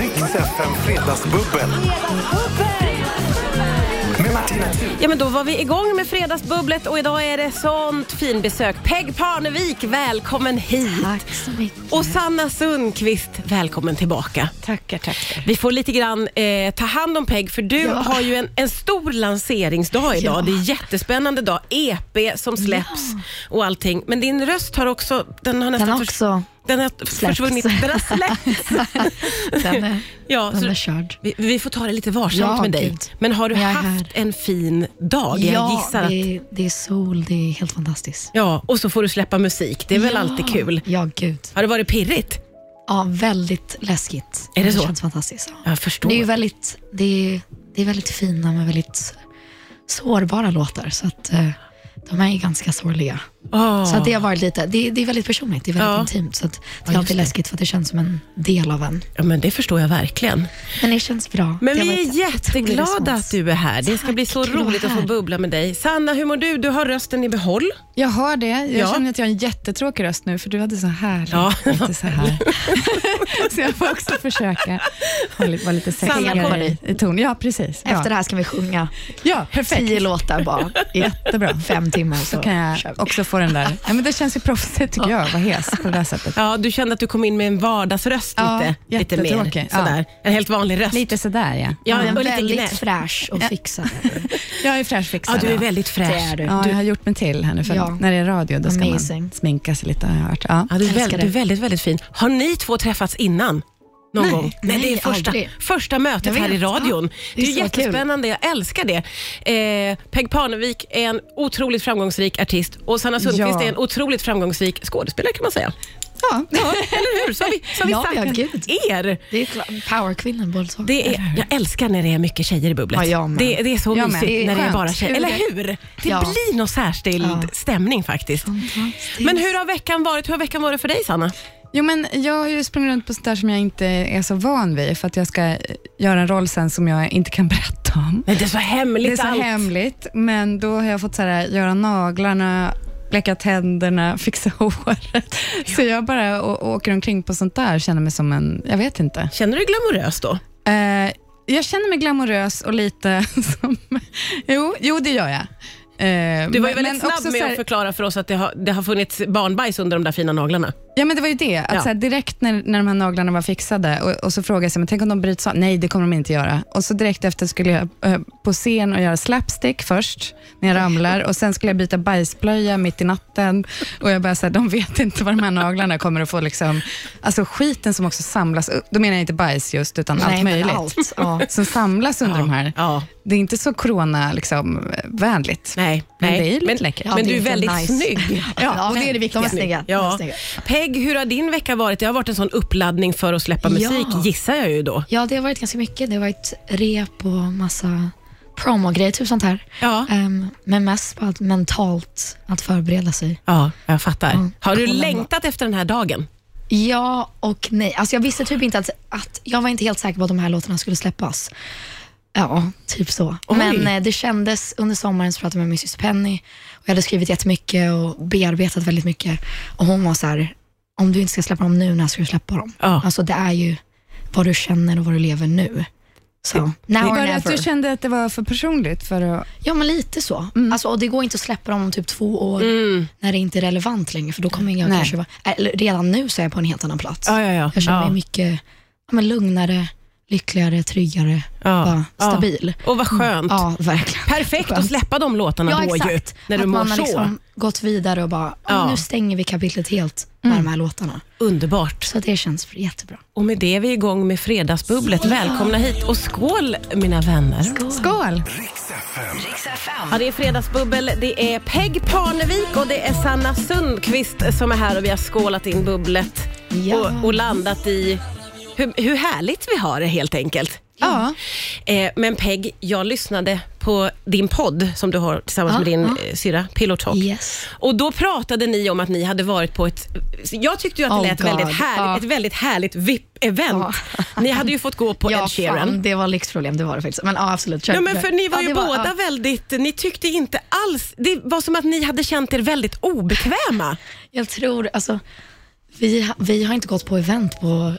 Rix FM Fredagsbubbel. Med Martina Thun. Ja men då var vi igång med fredagsbubblet och idag är det sånt finbesök. Peg Parnevik, välkommen hit. Tack så mycket. Och Sanna Sundqvist, välkommen tillbaka. Tackar, tackar. Vi får lite grann eh, ta hand om Peg, för du Ja. har ju en, en stor lanseringsdag idag. Ja. Det är en jättespännande dag. EP som släpps och allting. Men din röst har också... Den har nästan har förs- också den har försvunnit. Den har släppts. Den är, Ja, så- den är körd. Vi, vi får ta det lite varsamt Ja, med dig. gud. Men har du Men jag är haft en fin dag? Jag ja, gissar att... det, det är sol, det är helt fantastiskt. Ja, och så får du släppa musik. Det är väl ja. alltid kul. Ja, gud. Har det varit pirrigt? Ja, väldigt läskigt. Är det så? känns fantastiskt. ja. Jag förstår. Det är ju väldigt, det är, det är väldigt fina men väldigt sårbara låtar. Så att, eh, de är ju ganska sorgliga. Ah. Så att det har varit lite, det, det är väldigt personligt, det är väldigt Ja. intimt. Så att det just är alltid det. läskigt för att det känns som en del av en. ja, men det förstår jag verkligen. Men det känns bra. Men Det har vi varit är en otrolig jätteglada respons. att du är här. Det ska Tack, bli så kul att vara roligt att få här. bubbla med dig. Sanna, hur mår du? Du har rösten i behåll. Jag hör det. Jag Ja. känner att jag har en jättetråkig röst nu, för du hade så härligt. Ja. Lite så, här. så jag får också försöka hålla- vara lite Sanna kommer sexigare i, i ton. Ja, precis. Efter det ja. här ska vi sjunga ja, perfekt. tio låtar bara i Jättebra. fem timmar. Så Då kan kör jag vi. också få den där... Ja, men det känns ju proffsigt, tycker jag, att vara hes på det där sättet. Ja, du kände att du kom in med en vardagsröst Ja, lite, lite mer. jättetråkig. Ja. Sådär. En helt vanlig röst. Lite sådär, ja. ja, Men och lite väldigt gnäll. fräsch och fixad. Jag är fräschfixad. Ja, du är ja. väldigt Det fräsch. är du. Ja, jag har gjort mig till här nu, för Ja. när det är radio då ska Amazing. man sminka sig lite, har jag hört. Ja. Ja, du är Älskar väldigt, det. du är väldigt, väldigt fin. Har ni två träffats innan? Någon Nej. gång? Nej, det är Nej, första, aldrig. första mötet Jag här i vet, ja. radion. det är, så kul. jättespännande, jag älskar det. Eh, Peg Parnevik är en otroligt framgångsrik artist och Sanna Sundqvist Ja. är en otroligt framgångsrik skådespelare kan man säga. Ja. Ja, eller hur? Så har vi, så har Ja, vi ja, sagt gud. er. Det är klart. Powerkvinnan Bolså. Det är, jag älskar när det är mycket tjejer i bubblet. Ja, jag med. det, det är så Jag med. mysigt Det är när det är skönt. bara tjejer. Hur Eller det- hur? Det Ja. blir någon särskild Ja. stämning faktiskt. Fantastiskt. Men hur har veckan varit? Hur har veckan varit för dig Sanna? Jo, men jag har ju sprungit runt på sånt där som jag inte är så van vid, för att jag ska eh, göra en roll sen som jag inte kan berätta om. Nej, det är så hemligt det är så allt. hemligt, men då har jag fått så här, göra naglarna, bleka tänderna, fixa håret. Så jag bara å- åker omkring på sånt där känner mig som en, jag vet inte. Känner du dig glamorös då? Eh, jag känner mig glamorös och lite som, jo, jo det gör jag. Du Eh, var ju men- väldigt men snabb också med så här- att förklara för oss att det har, det har funnits barnbajs under de där fina naglarna. Ja, men det var ju det. Att Ja. så här, direkt när, när de här naglarna var fixade och, och så frågade jag, sig, men tänk om de bryts av? Nej, det kommer de inte göra. Och så direkt efter skulle jag eh, på scen och göra slapstick först, när jag ramlar. Och sen skulle jag byta bajsblöja mitt i natten. Och jag bara, så här, de vet inte vad de här naglarna kommer att få. Liksom, alltså skiten som också samlas, upp. då menar jag inte bajs just, utan allt Nej, men möjligt. allt. Ja. Som samlas under de här. Ja. Det är inte så corona-vänligt. Liksom, vänligt. Nej, Men nej. det är ju lite men, läckert. men Ja, du är det är väldigt nice. snygg. Ja, men det är det viktiga. De är snygga. De är Ja. snygga. Peg, hur har din vecka varit? Det har varit en sån uppladdning för att släppa musik, Ja. gissar jag ju då. Ja, det har varit ganska mycket. Det har varit rep och massa promogrejer, typ sånt här. Ja. Ehm, men mest bara att mentalt att förbereda sig. Ja, jag fattar. Mm. Ja. Har du Kolla ändå. längtat efter den här dagen? Ja och nej. Alltså jag visste typ inte att, att jag var inte helt säker på att de här låtarna skulle släppas. Ja, typ så. Oj. Men eh, det kändes under sommaren så pratade jag med min syster Penny och jag hade skrivit jättemycket och bearbetat väldigt mycket. Och hon var så här, om du inte ska släppa dem nu, när ska du släppa dem? Ja. Alltså det är ju vad du känner och vad du lever nu. Så, now Var or det att du never. kände att det var för personligt för att Ja, men lite så. Mm. Alltså, och det går inte att släppa dem om typ två år när det inte är relevant längre, för då kommer jag Nej. kanske vara... Eller, redan nu så är jag på en helt annan plats. ja, ja. Jag känner ja. mig mycket ja, men lugnare, lyckligare, tryggare, Ja. bara stabil. Och vad skönt. Mm. Ja, verkligen. Perfekt att Skönt. släppa de låtarna Ja, då ju, exakt. när du att mår man har så. liksom gått vidare och bara, ja. Ja. Mm. men nu stänger vi kapitlet helt med de här låtarna. Underbart. Så det känns jättebra. Och med det är vi igång med Fredagsbubblet. Välkomna hit och skål mina vänner. Skål! Rix FM. Ja, det är fredagsbubbel, det är Peg Parnevik och det är Sanna Sundqvist som är här och vi har skålat in bubblet Ja. och, och landat i hur, hur härligt vi har det helt enkelt. Ja. Eh, men Peg, jag lyssnade på din podd som du har tillsammans Ja, med din ja. ja. syra Pillow Talk. Yes. Och då pratade ni om att ni hade varit på ett, jag tyckte ju att det Oh lät God, väldigt härligt, ja. ett väldigt härligt VIP-event. Ni hade ju fått gå på ja, Ed Sheeran. fan, det var lyxproblem, det var det faktiskt. Men ja, absolut. Kör. Ja, men för ni var Ja, ju det båda ja. väldigt, ni tyckte inte alls, det var som att ni hade känt er väldigt obekväma. Jag tror, alltså, vi, ha- vi har inte gått på event på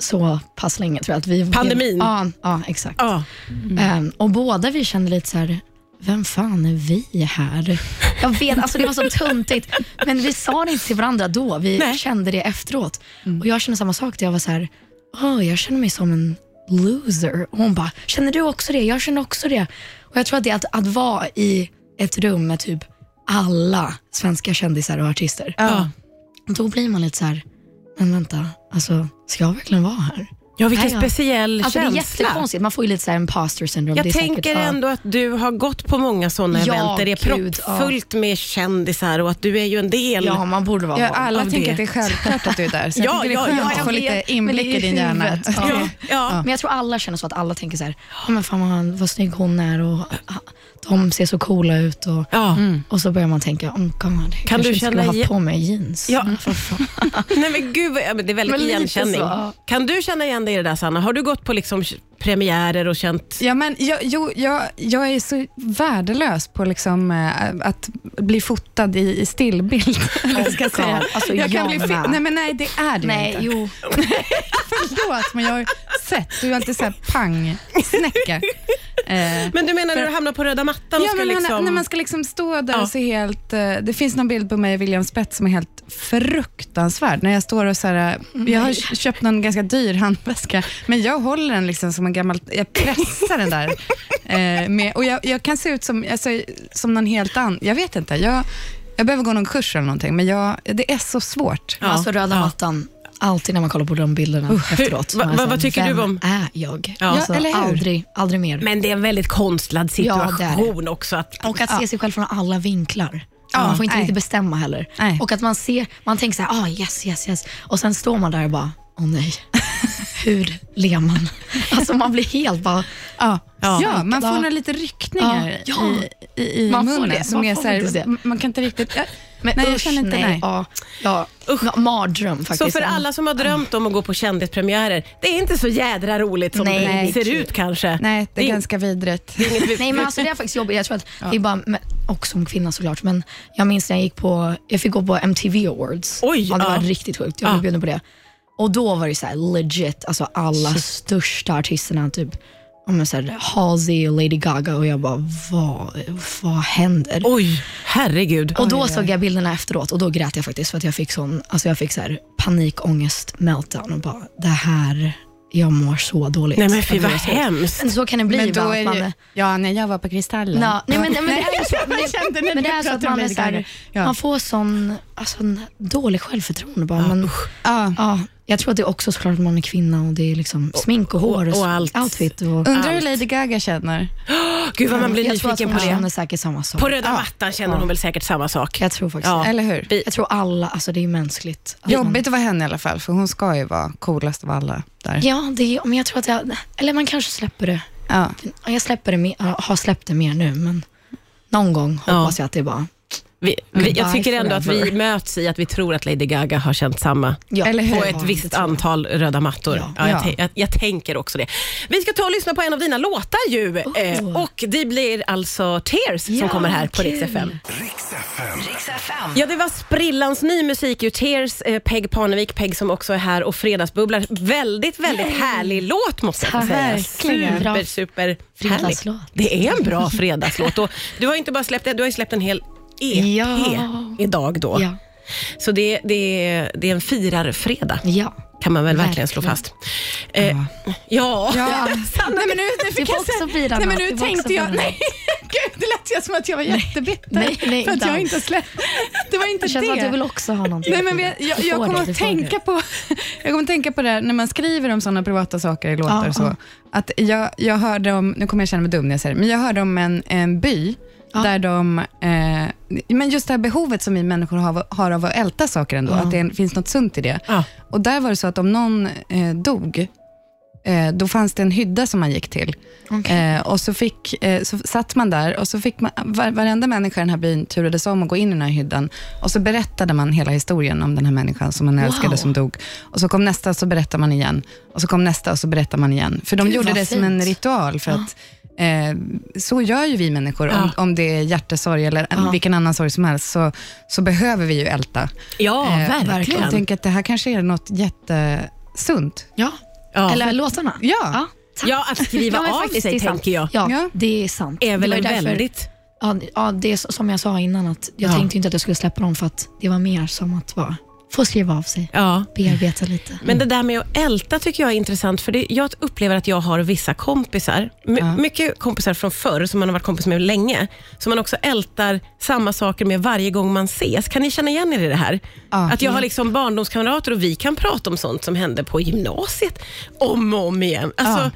så pass länge tror jag. Att vi, Pandemin? Ja, ja exakt. Ja. Mm. Ehm, och båda vi kände lite så här, vem fan är vi här? Jag vet, alltså det var så tuntigt. Men vi sa det inte till varandra då, vi Nej. Mm. kände det efteråt. Och jag kände samma sak, där jag var så här, "Åh, jag känner mig som en loser. Och hon bara, känner du också det? Jag känner också det. Och jag tror att det är att, att vara i ett rum med typ alla svenska kändisar och artister. Ja. Då blir man lite så här, men vänta, alltså, ska jag verkligen vara här? ja, vilken Nej, ja. speciell Alltså, det är känsla. jättekonstigt, man får ju lite så här imposter syndrome. det jag är tänker säkert, ja. ändå att du har gått på många sådana Ja, event där det är gud, ja. proppfullt med kändisar och att du är ju en del. Ja, man borde vara Ja, van. alla av tänker det. att det är självklart att du är där, så Ja, jag tycker det är ja, skönt ja, att jag få vet, lite inblick men det i är din hjärna. huvudet. Ja. Ja, ja. Men jag tror alla känner så att alla tänker så här, "Ja, men fan vad, vad snygg hon är och ah, de ser så coola ut. Och, ja. och så börjar man tänka, oh God, kan du jag skulle känna ha igen- på mig jeans. Mm, Ja. För fan. Nej men gud, vad- ja, men det är väldigt Men lite igenkänning. så, ja. Kan du känna igen dig i det där Sanna? Har du gått på liksom premiärer och känt... Ja, men jag, jo, jag, jag är så värdelös på liksom, eh, att bli fotad i, i stillbild. eller vad jag ska God, säga. alltså, jag fi- med. nej, men nej, det är det Nej, inte. jo. Förlåt, men jag har sett. Du har inte sett pang-snäcka. Eh, Men du menar när du hamnar på röda mattan och Ja, ska men man- liksom... när man ska liksom stå där Ja. och se helt... eh, Det finns någon bild på mig och William Spets som är helt fruktansvärd. När jag står och så här, eh, Jag har kö- köpt någon ganska dyr handväska, men jag håller den liksom som en gammal... Jag pressar den där. Eh, med, och jag, jag kan se ut som, alltså, som någon helt annan. Jag vet inte. Jag, jag behöver gå någon kurs eller någonting, men jag, det är så svårt. Ja, alltså röda ja. mattan, alltid när man kollar på de bilderna efteråt. så va- är jag va- så här, vad tycker du "Vem om-" är jag? Ja. alltså, Ja, eller hur? Aldrig, aldrig mer. Men det är en väldigt konstlad Ja, det är det. situation också. Att... Och att se sig själv från alla vinklar. Ja, man får inte nej. riktigt bestämma heller. Nej. Och att man ser, man tänker så här, ah, yes, yes, yes. Och sen står man där och bara, åh nej. Hur ler man? Alltså man blir helt bara, Ja, Ja. ja, man får Ja. några lite ryckningar Ja. i, i, i Man får munnen. det. Som Man är får så här, faktiskt det. m- Man kan inte riktigt... ja. men Nej, jag usch, känner inte, nej. Ja, ja. Ma- Mardröm Så faktiskt. för alla som har drömt om att gå på kändispremiärer, det är inte så jädra roligt som Nej. det ser ut kanske. Nej, det är in- ganska vidrigt. inget- Nej men alltså det är faktiskt jobbigt. Jag tror att det är bara, men, och som kvinna såklart, men jag minns när jag gick på, jag fick gå på MTV Awards. Oj, ja, det var ja. riktigt sjukt. Jag blev Ja. bjuden på det. Och då var det så här legit, alltså alla största artisterna, typ ja, men så här, Halsey och Lady Gaga och jag bara, vad, vad händer? Oj, herregud. Och då såg jag bilderna efteråt och då grät jag faktiskt för att jag fick sån, alltså jag fick så här panikångest meltdown och bara, det här, jag mår så dåligt. Nej men fy vad Jag mår så- hemskt. Men så kan det bli. Men då va, att är man, det, ja, när jag var på Kristallen. Ja, nej, men, nej, men det Nej, är så, men, jag kände när men det du är så att pratade om man, är Lady så här, Gaga. Ja. man får sån, alltså, en dålig självförtroende bara. men, Ja. ja, jag tror att det är också såklart att man är kvinna och det är liksom smink och hår och allt. outfit. Och, Undrar hur Lady Gaga känner. Gud vad man blir jag tror att nyfiken hon på det. känner säkert samma sak. På röda mattan känner hon väl säkert samma sak. Jag tror faktiskt Ja. det. Eller hur? Vi- Jag tror alla, alltså det är ju mänskligt. att man- Jobbigt att vara henne i alla fall, för hon ska ju vara coolast av alla där. Ja, det är, men jag tror att jag, eller man kanske släpper det. Ja. Ja, Jag släpper det, mer- ja, har släppt det mer nu, men någon gång Ja. hoppas jag att det är bara, Vi, vi, jag Goodbye tycker ändå att vi forever. möts i att vi tror att Lady Gaga har känt samma ja, Eller hur? på Ja, ett det visst tror jag. antal röda mattor. Ja, Ja. jag, Ja. tän- jag, jag tänker också det. Vi ska ta och lyssna på en av dina låtar ju. Eh, och det blir alltså Tears som Oh. Ja, kommer här på kul. Rix FM. Riks FM. Ja, det var sprillans ny musik ju. Tears, eh, Peg Parnevik, Peg som också är här och Fredagsbubblar. Väldigt, väldigt härlig låt måste jag få Tack. säga. Verkligen. Super, Bra super härlig. fredagslåt. Det är en bra fredagslåt. Och du har inte bara släppt en, du har ju släppt en hel EP Ja. idag då. Ja. Så det, det, är- det är en firarfredag Ja. kan man väl verkligen, Verkligen. slå fast. Eh, ja. Ja. Sanna, Nej men nu, nu fick Det var jag säga- också fira Nej men något. nu Det var tänkte också jag, fira nej. Gud, det lät ju som att jag var jättebitter. Nej, nej, för att inte jag alls. inte släppte. Det var inte Det känns det. som att du vill också ha någonting. Nej, men jag, jag, Du får jag, det, kommer du att får tänka det. på, jag kommer att tänka på det här när man skriver om sådana privata saker i låtar Ja, och så. ja. Att jag, jag hörde om, nu kommer jag känna mig dum när jag säger det, men jag hörde om en, en by där de, eh, men just det här behovet som vi människor har, av- har av att älta saker ändå, att det är- finns något sunt i det. Ja. Och där var det så att om någon eh, dog, eh, då fanns det en hydda som man gick till. Eh, och så, fick, eh, så satt man där och så fick man, var, varenda människa i den här byn turades om att gå in i den här hyddan. Och så berättade man hela historien om den här människan som man älskade som dog. Och så kom nästa och så berättade man igen. Och så kom nästa och så berättade man igen. För de Gud, gjorde vad det som en fint. ritual. För att, eh, så gör ju vi människor. Om, om det är hjärtesorg eller en- vilken annan sorg som helst, så, så behöver vi ju älta. Ja, Eh, verkligen. Jag tänker att det här kanske är något jätte sunt. Ja. Ja. Eller låtarna. Ja. tack. Ja, att skriva Ja, men av faktiskt, det sig är sant. tänker jag. Ja, Ja. det är sant. Är väl det en var ju därför- väldigt... Ja, det- ja, det är så- som jag sa innan, att jag Ja. tänkte inte att jag skulle släppa dem för att det var mer som att bara få skriva av sig, Ja. bearbeta lite. Men det där med att älta tycker jag är intressant, för det, jag upplever att jag har vissa kompisar, my, mycket kompisar från förr, som man har varit kompis med länge, som man också ältar samma saker med varje gång man ses. Kan ni känna igen er i det här? Ja. Att jag har liksom barndomskamrater och vi kan prata om sånt som hände på gymnasiet om och om igen. Alltså, d-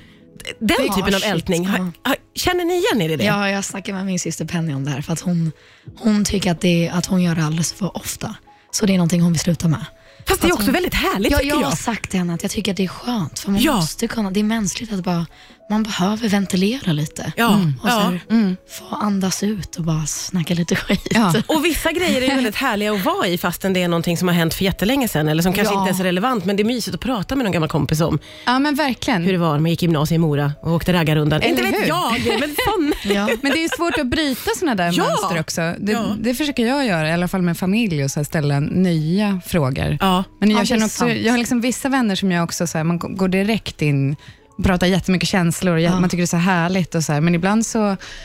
Den Ja, typen av shit, ältning, ja. har, har, känner ni igen er i det? Ja, jag snackade med min syster Penny om det här för att hon, hon tycker att, det, att hon gör det alldeles för ofta. Så det är någonting hon vill sluta med. Fast det är Att också hon- väldigt härligt Ja, tycker jag jag. har sagt till henne att jag tycker att det är skönt för man Ja. måste kunna, det är mänskligt att bara, man behöver ventilera lite. Mm. Ja, Och så ja. här, få andas ut och bara snacka lite skit. Ja. Och vissa grejer är ju väldigt härliga att vara i fastän det är någonting som har hänt för jättelänge sedan eller som kanske Ja. inte ens är relevant men det är mysigt att prata med någon gammal kompis om Ja, men verkligen. hur det var när man gick i gymnasiet i Mora och åkte raggarrundan. Eller Inte vet hur? jag, men sån. Ja. Men det är ju svårt att bryta sådana där Ja. mönster också. Det, Ja. det försöker jag göra, i alla fall med familj, och så här ställa nya frågor. Ja. Men Ja, jag, det känner är också, sant. jag har liksom vissa vänner som jag också, så här, man g- går direkt in och pratar jättemycket känslor, och jä- Ja. man tycker det är så härligt, och så här, men ibland så,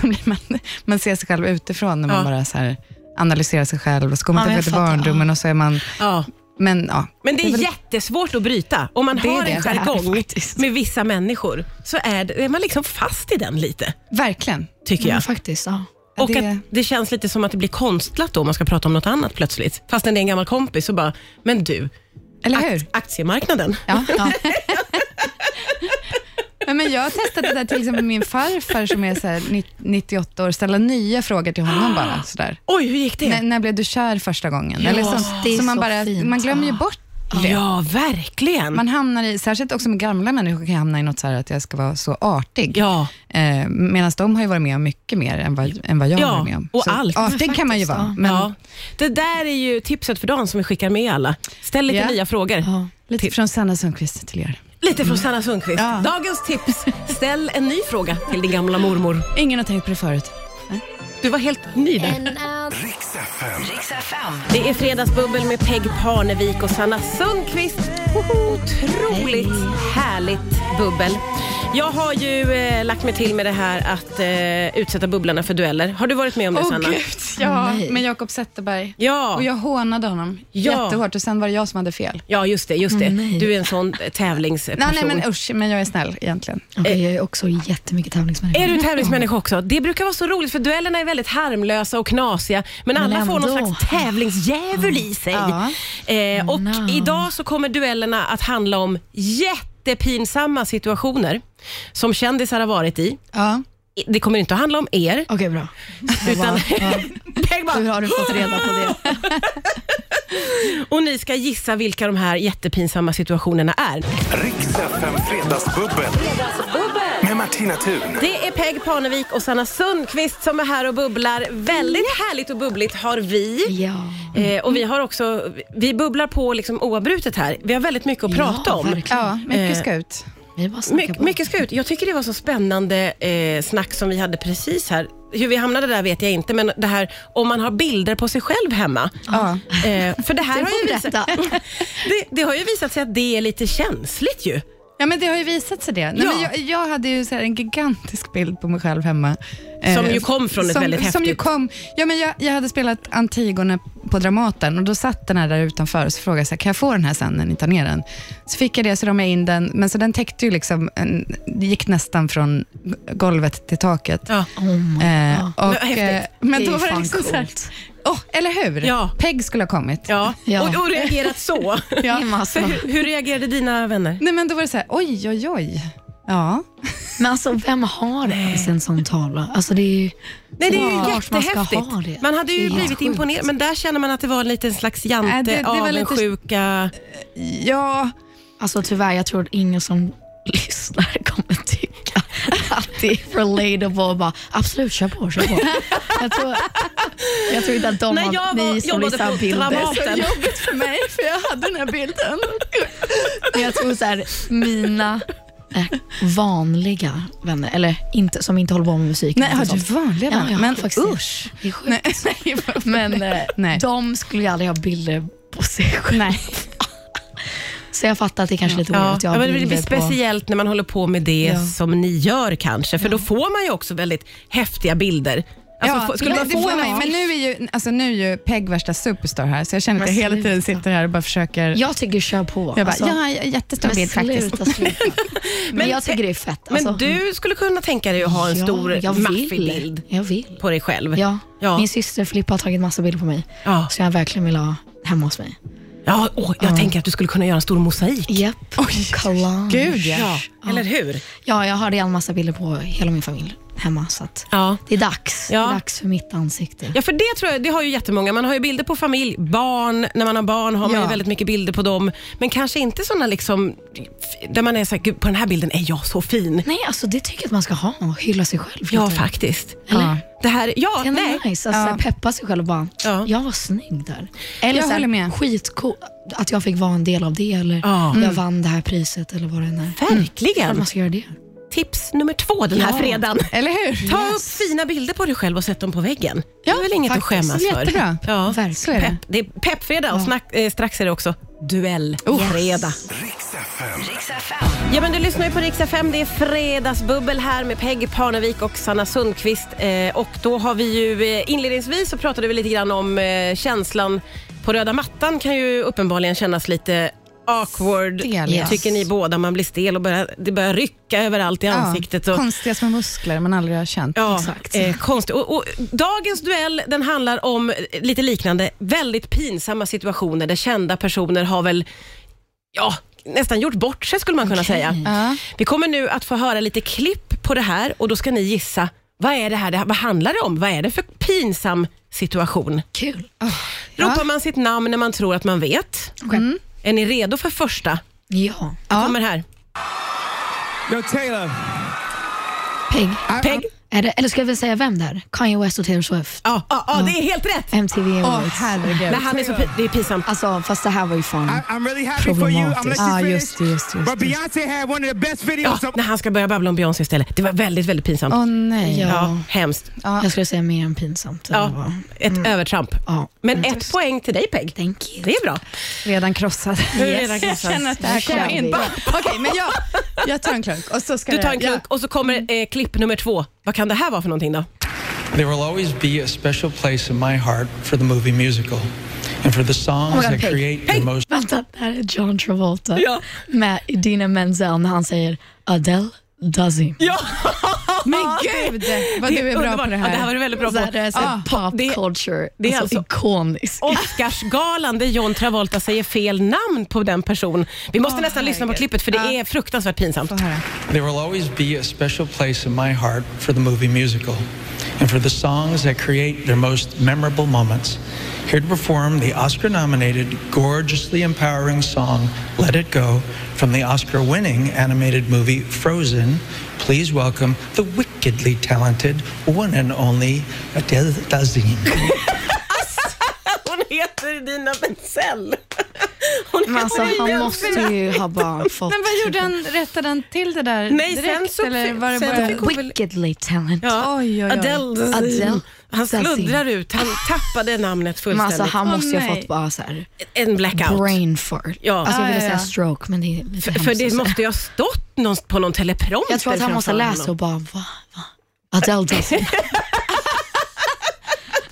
så blir man, man ser sig själv utifrån när man Ja. bara så här, analyserar sig själv, och så går man Ja, men tillbaka jag till fattar, barndomen och så är man... Ja. Men, ja. Men det är väl- jättesvårt att bryta. Om man Det är har det, en det är det jargong faktiskt. med vissa människor så är, det, är man liksom fast i den lite, Verkligen. tycker Ja, jag. faktiskt. Ja. Och det- att det känns lite som att det blir konstlat då om man ska prata om något annat plötsligt. Fastän det är en gammal kompis så bara, men du, Eller hur? akt- aktiemarknaden. Ja. Ja. Nej, men jag har testat det där till exempel med min farfar som är så här, nitt- 98 år, ställa nya frågor till honom bara. Så där. Oj, hur gick det? När, när blev du kär första gången? Ja, Eller sånt. det är så man, så bara, fint. man glömmer ju Ah. bort Ja, verkligen. man hamnar i, särskilt också med gamla människor kan jag hamna i något så här att jag ska vara så artig. Ja. Eh, Medan de har ju varit med om mycket mer än vad, än vad jag Ja, har varit med om. och så allt. Artig kan man ju Faktiskt, vara, ja. men ja. Det där är ju tipset för dagen som vi skickar med alla. Ställ lite Ja. nya frågor. Ja. lite från Sanna Sundqvist till er. Lite från Sanna Sundqvist. Ja. Dagens tips. Ställ en ny fråga till din gamla mormor. Ingen har tänkt på det förut. Du var helt ny där. Riks FM. Det är Fredagsbubbel med Peg Parnevik och Sanna Sundqvist. Hoho, Otroligt härligt bubbel. Jag har ju eh, lagt mig till med det här att eh, utsätta bubblarna för dueller. Har du varit med om det, Sanna? ja, Nej. med Jakob Zetterberg. Ja. Och jag hånade honom Ja. jättehårt och sen var det jag som hade fel. Ja, just det. Just det. nej. Du är en sån eh, tävlingsperson. Nej, nej men usch, men jag är snäll egentligen. Okej, jag är också jättemycket tävlingsmänniska. Är du tävlingsmänniska också? Det brukar vara så roligt för duellerna är väldigt harmlösa och knasiga men alla får någon ändå. slags tävlingsdjävul i sig. Ja. Eh, och No. idag så kommer duellerna att handla om jättepinsamma situationer som kändisar har varit i. Ja. Det kommer inte att handla om er. Okej, bra. Utan, Peg bara, Hur har du fått reda på det? och ni ska gissa vilka de här jättepinsamma situationerna är. Riks FM Fredagsbubbel. Med Martina Thun. Det är Peg Parnevik och Sanna Sundqvist som är här och bubblar. Väldigt härligt och bubbligt har vi. Ja. Eh, och vi har också, vi bubblar på liksom oavbrutet här. Vi har väldigt mycket att prata om. verkligen. ja, mycket ska ut. Vi bara snackar Mycket, på. mycket ska ut. Jag tycker det var så spännande eh, snack som vi hade precis här. Hur vi hamnade där vet jag inte, men det här om man har bilder på sig själv hemma. Ja. Eh, för det här Du har får ju, visat, berätta. det, det har ju visat sig att det är lite känsligt ju. Ja, men det har ju visat sig det. Nej, Ja. men jag, jag hade ju så här en gigantisk bild på mig själv hemma. Eh, Som ju kom från ett som, väldigt som ju häftigt- kom, ja, men jag, jag hade spelat Antigone på Dramaten och då satt den här där utanför och så frågade jag så här, kan jag få den här sen när ni tar ner den? Så fick jag det, så ramade jag in den, men så den täckte ju liksom, en, det gick nästan från golvet till taket. Ja. Oh my. Eh, vad och, häftigt. eh, men Det är då var det fan liksom så här, coolt. åh, eller hur? Ja. Peg skulle ha kommit. Ja. Ja. Och, och reagerat så. Ja. För hur, hur reagerade dina vänner? Nej, men då var det så här, oj, oj, oj. Ja, Men alltså, vem har ens en sån tavla? Alltså, det är ju... Nej, det är ju Wow. Klart man ska jättehäftigt. ha Man, det. hade ju Det är blivit sjukt. imponerad, men där känner man att det var en liten slags jante Äh, det- det var lite- avundsjuka. ja. Alltså tyvärr, jag tror att ingen som lyssnar kommer tycka att det är relatable och bara absolut, kör på, kör på. Jag tror, jag tror inte att de När har, jag var- ni som jobbade lyssnar på har bilder. Dramaten. jobbigt för mig, för jag hade den här bilden. Men jag tror så här, mina eh, vanliga vänner, eller inte, som inte håller på med musik. Nej, och har du sånt. vanliga Ja, vänner? jag har men faktiskt det. usch. Det är sjukt. Nej, nej, Men eh, Nej. de skulle ju aldrig ha bilder på sig själva. Så jag fattar att det är kanske är lite Ja, orimligt. ja, Jag men det blir beroende på- speciellt när man håller på med det Ja. som ni gör kanske, för då får man ju också väldigt häftiga bilder. Alltså, få- skulle det- man det få får en man ju, men nu är ju, alltså, nu är ju Peg värsta superstar här, så jag känner att jag Men hela tiden sluta. sitter här och bara försöker... Jag tycker kör på. jag bara, alltså. jag har en jättestor men bild faktiskt. sluta, sluta. men, Men- jag tycker det är fett. Men Alltså. du skulle kunna tänka dig att ha en jag stor vill. maffig bild Jag vill. på dig själv? Ja. Ja. Min syster Filippa har tagit massa bilder på mig Ja. som jag verkligen vill ha hemma hos mig. Ja, åh, jag tänker att du skulle kunna göra en stor mosaik. Japp. Collage. Gud ja. Ja, eller hur? Ja, jag har redan massa bilder på hela min familj hemma. Så att Ja. Det är dags. Ja. Det är dags för mitt ansikte. Ja, för det tror jag, det har ju jättemånga. Man har ju bilder på familj, barn. När man har barn har man Ja. ju väldigt mycket bilder på dem. Men kanske inte sådana liksom, där man är såhär, "Gud, på den här bilden är jag så fin. Nej, alltså det tycker jag att man ska ha. och Hylla sig själv. Ja, lite. faktiskt. Ja. Det här, ja, Det är nej. ändå nice. Alltså, Ja. Peppa sig själv och bara, Ja. jag var snygg där. Eller Jag så här, håller med. Skitcool att jag fick vara en del av det eller Ja. Mm. jag vann det här priset eller vad det än är. Mm. Verkligen. Att man ska göra det. Tips nummer två den här Ja. fredagen. Eller hur? Ta upp fina bilder på dig själv och sätt dem på väggen. det är väl inget faktiskt. att skämmas Jättebra. för. Ja. Verkligen. Så är det. Pepp, det är peppfredag och snack, eh, strax är det också duellfredag. Yes. Riks FM. Ja, men du lyssnar ju på Rix FM. Det är fredagsbubbel här med Peggy Parnevik och Sanna Sundqvist. Eh, och då har vi ju eh, inledningsvis så pratade vi lite grann om eh, känslan på röda mattan kan ju uppenbarligen kännas lite awkward. Stel, ja. Tycker ni båda. Man blir stel och börjar, det börjar rycka överallt i ansiktet. Och, Konstiga små muskler man aldrig har känt. Ja, Exakt. Eh, konstigt. Och, och, dagens duell den handlar om eh, lite liknande, väldigt pinsamma situationer där kända personer har väl, ja, nästan gjort bort sig skulle man kunna Okej. säga. Ja. Vi kommer nu att få höra lite klipp på det här och då ska ni gissa, vad är det här, det här vad handlar det om? Vad är det för pinsam situation? Kul. Ropar man sitt namn när man tror att man vet? Okej. Är ni redo för första? Ja. Ja. Mm. kommer här. Yo, Taylor. Peg. Peg? Är det, eller ska vi säga vem där? Kanye West och Taylor Swift. Ja, ja, ja, det är helt Mm. rätt! MTV Åh, Awards. herregud. Nej, han är så, pi- det är pinsamt. alltså, fast det här var ju fan. I, I'm really happy for you. I'm let you Ah, finish. just det, just det, just But det. Beyonce had one of the best Ja, videos. of- när han ska börja babbla om Beyoncé istället. Det var väldigt, väldigt pinsamt. Åh nej. Ja. Ja, hemskt. Jag skulle säga mer än pinsamt. än det Ja, var. ett övertramp. Ja. Men ett poäng till dig Peg. Thank you. Det är bra. Redan krossad. Du är redan Jag krossad. känner att det här kommer Känner vi. inte... Okej, men jag, jag tar en klunk och så ska Du det- tar en ja. klunk och så kommer eh, klipp nummer två. Vad kan det här vara för någonting då? There will always be a special place in my heart for the movie musical and for the songs God, that Peg. create the most. Vänta, det här är John Travolta Ja. med Idina Menzel när han säger Adele Dazzy. Ja, Men gud vad du är bra på det Ja, det här. här var du väldigt bra Så här, på. det är så här Ah, pop det- culture. det är alltså, alltså- ikonisk. Oscarsgalan där John Travolta säger fel namn på den person. Vi måste nästan lyssna på herregud. klippet för det är fruktansvärt pinsamt. Få höra. There will always be a special place in my heart for the movie musical and for the songs that create their most memorable moments. Here to perform the Oscar nominated, gorgeously empowering song Let It Go from the Oscar winning animated movie Frozen. Please welcome the wickedly talented one and only Adele Dazim. Hon heter Dina Benzell. Hon Men alltså, heter han Idina måste Menzel. ju ha bara fått... Men vad gjorde han, rättade han till det där Nej, sen direkt? så- eller var det sen bara... fick hon- Wickedly talented. Ja. Oj, oj, oj. Adele. Adele. Han sluddrar ut, han tappade namnet Men fullständigt. alltså, han Åh, måste ju ha nej. fått bara så här, en blackout. brain fart. Ja. Alltså, jag ville Ah, säga ja, ja. stroke, men det är lite För, hemskt för att det säga. måste ju ha stått någon, på någon teleprompter Jag tror att han måste ha framför läst och honom. bara, va? va? Adele Dazzy.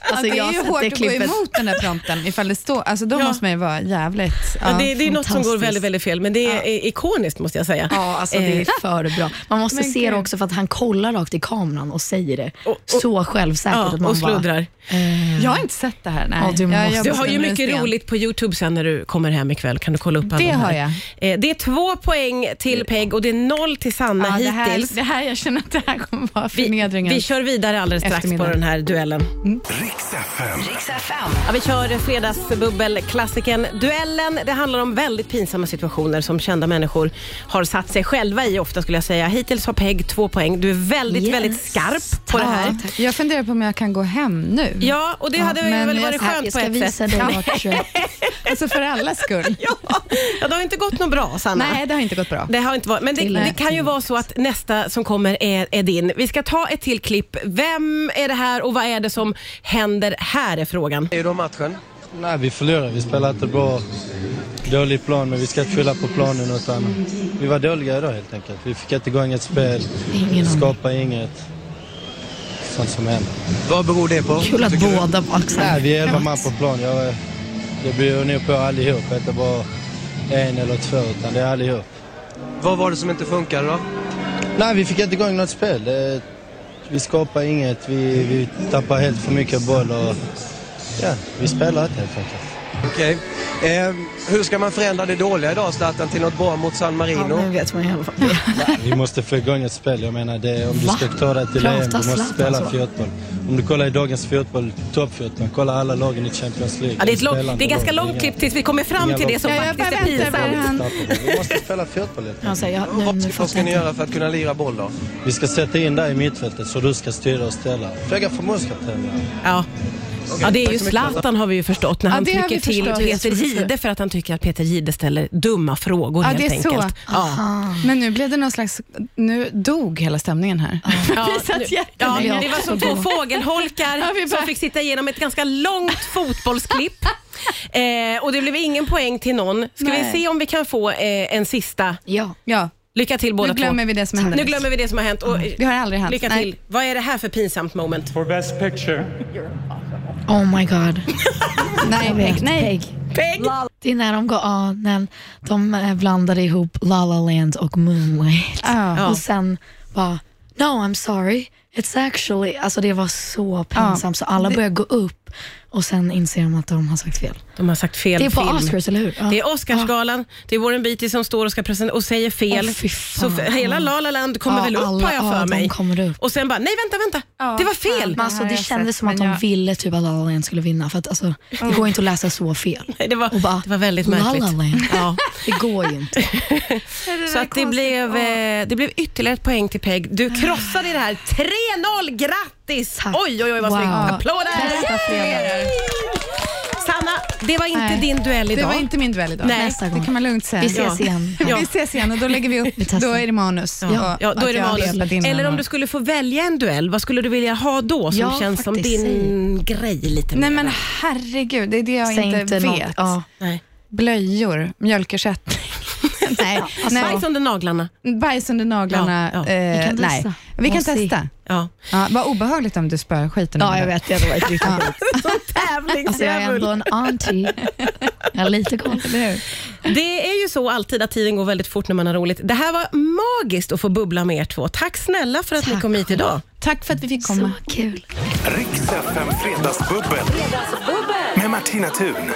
alltså, det jag är har ju sett hårt det att gå klippet. emot den där prompten ifall det står, alltså då Ja. måste man ju vara jävligt... Ja, Ja. det, det är något som går fantastiskt. väldigt, väldigt fel, men det är är ikoniskt måste jag säga. Ja, alltså det Eh, är för bra. Man måste Men se det gud. också för att han kollar rakt i kameran och säger det Och- och- så självsäkert ja, att man och bara... sluddrar. Jag har inte sett det här. Nej. Mm. Ja, du Jag- jag måste. Du bestämmer har ju en mycket sten. roligt på Youtube sen när du kommer hem ikväll. Kan du kolla upp alla Det de här? har jag. Eh, Det är två poäng till Peg och det är noll till Sanna Ja, det, här, hittills. det här, jag känner att det här kommer vara Vi, förnedringen. vi kör vidare alldeles strax på Eftermiddag. den här duellen. Riks FM. Ja, vi kör fredagsbubbelklassikern Duellen. Det handlar om väldigt pinsamma situationer som kända människor har satt sig själva i ofta skulle jag säga. Hittills har Peg två poäng. Du är väldigt, Yes. väldigt skarp på det Ja, här. tack. jag funderar på om jag kan gå hem nu. Ja, och det hade väl men väl jag varit ska- skönt jag på ska ett visa sätt. dig vart jag- Alltså för alla skull. Ja, ja, det har inte gått något bra Sanna. Nej, det har inte gått bra. Det har inte varit, men det, Till- det kan ju vara så att nästa som kommer är, är din. Vi ska ta ett till klipp. Vem är det här och vad är det som händer här är frågan. Är då matchen? Nej, vi förlorade. Vi spelade inte bra. dålig plan men vi ska inte skylla på planen utan vi var dåliga idag helt enkelt. Vi fick inte igång ett spel, Ingen aning. skapa inget. Sånt som händer. Vad beror det på? Kul att tycker du? båda liksom- var också Nej, vi är elva man på plan. Jag, det blir nog på allihop, inte bara en eller två utan det är allihop. Vad var det som inte funkade då? Nej, vi fick inte igång något spel. Det, vi skapar inget, vi, vi tappar helt för mycket boll och ja, vi spelar inte helt enkelt. Okej. Eh, hur ska man förändra det dåliga idag, Zlatan, till något bra mot San Ja, Marino? nu vet man i alla fall. Vi måste få igång ett spel. Jag menar, det, om du Va? ska ta dig till Pratar EM, du måste Zlatan spela så? fotboll. Om du kollar i dagens fotboll, toppfotboll, kolla alla lagen i Champions League. Ja, det, är ett Spelarna långt, det är ganska lagen, långt inga- klipp tills vi kommer fram inga till det som Ja, jag faktiskt är bara väntar på det pinsamt. här. Vi måste spela fotboll helt enkelt. Han säger, ja, nu, Vad nu ska, vad fattar ska jag ni inte. göra för att kunna lira boll då? Vi ska sätta in dig i mittfältet så du ska styra och ställa. Föga förmånskapten. Ja. Ja, det är ju Zlatan har vi ju förstått när Ja, han det har trycker vi till förstått. Peter Jihde för att han tycker att Peter Jihde ställer dumma frågor Ja, helt det är så. enkelt. Ja. Men nu blev det någon slags... Nu dog hela stämningen här. Ja, Vi satt nu- ja, jättenära. det var som två fågelholkar som fick sitta igenom ett ganska långt fotbollsklipp. eh, och det blev ingen poäng till någon. Ska Nej. vi se om vi kan få eh, en sista? Ja. Ja, Lycka till båda nu glömmer två. vi det som hände Nu nyss. glömmer vi det som har hänt. Och, eh, Det har aldrig hänt. lycka till. Nej. Vad är det här för pinsamt moment? For best picture, Oh my god. Nej, nej, nej. Peg. Det är när de går an, när de eh, blandade ihop La La Land och Moonlight. Ja. Ja. Och sen bara, no I'm sorry, it's actually, alltså det var så pinsamt så alla börjar gå upp och sen inser de att de har sagt fel. De har sagt fel Det är på film. Oscars, eller hur? Ja. Det är Oscarsgalan, det är Warren Beatty som står och ska presentera och säger fel. Åh, fy så fan. f- hela La La Land kommer Ja, väl upp alla- har jag för ja, de mig. kommer upp. Och sen bara, nej vänta, vänta, Ja, det var fan. fel. Men alltså, Ja, Oh. det jag kändes sett, som att men de jag- ville typ att La La Land skulle vinna för att alltså, det går inte att läsa så fel. Nej, Det var, Och bara, det var väldigt La La märkligt. Land. Ja. Det går ju inte. Så att det, blev, eh, det blev ytterligare ett poäng till Peg. Du krossade i det här. 3-0, grattis! Ah. Tack. Oj, oj, oj vad Wow. snyggt. Applåder! Bästa fredagar. Sanna, det var inte Nej. din duell Det idag. var inte min duell idag. Nej. Nästa gång. Det kan man lugnt säga. Vi ses Ja. igen. Ja. Vi ses igen och då lägger vi upp, Vi testar. då är det manus. Ja, Och ja, då att är det jag har spelat in manus. Eller den om och- du skulle få välja en duell, vad skulle du vilja ha då som Ja, känns som faktiskt, din grej lite mer? Nej men herregud, det är det jag Säg inte, något. vet. Ja. Nej. Blöjor, mjölkersättning. nej, nej. Alltså, Bajs under naglarna. Bajs under naglarna. Ja, ja. Eh, Vi kan testa. nej. Vi kan Och se. testa. Ja. Ja, vad obehagligt om du spöar skiten ur ja, jag dig. vet. Det hade varit riktigt Ja. roligt. Alltså, jag är ändå en auntie. Jag har lite koll. Eller hur? Det är ju så alltid att tiden går väldigt fort när man har roligt. Det här var magiskt att få bubbla med er två. Tack snälla för att ni Tack kom hit själv. idag. Tack för att vi fick komma. Så kul. Riks FM Fredagsbubbel. Med Martina Thun.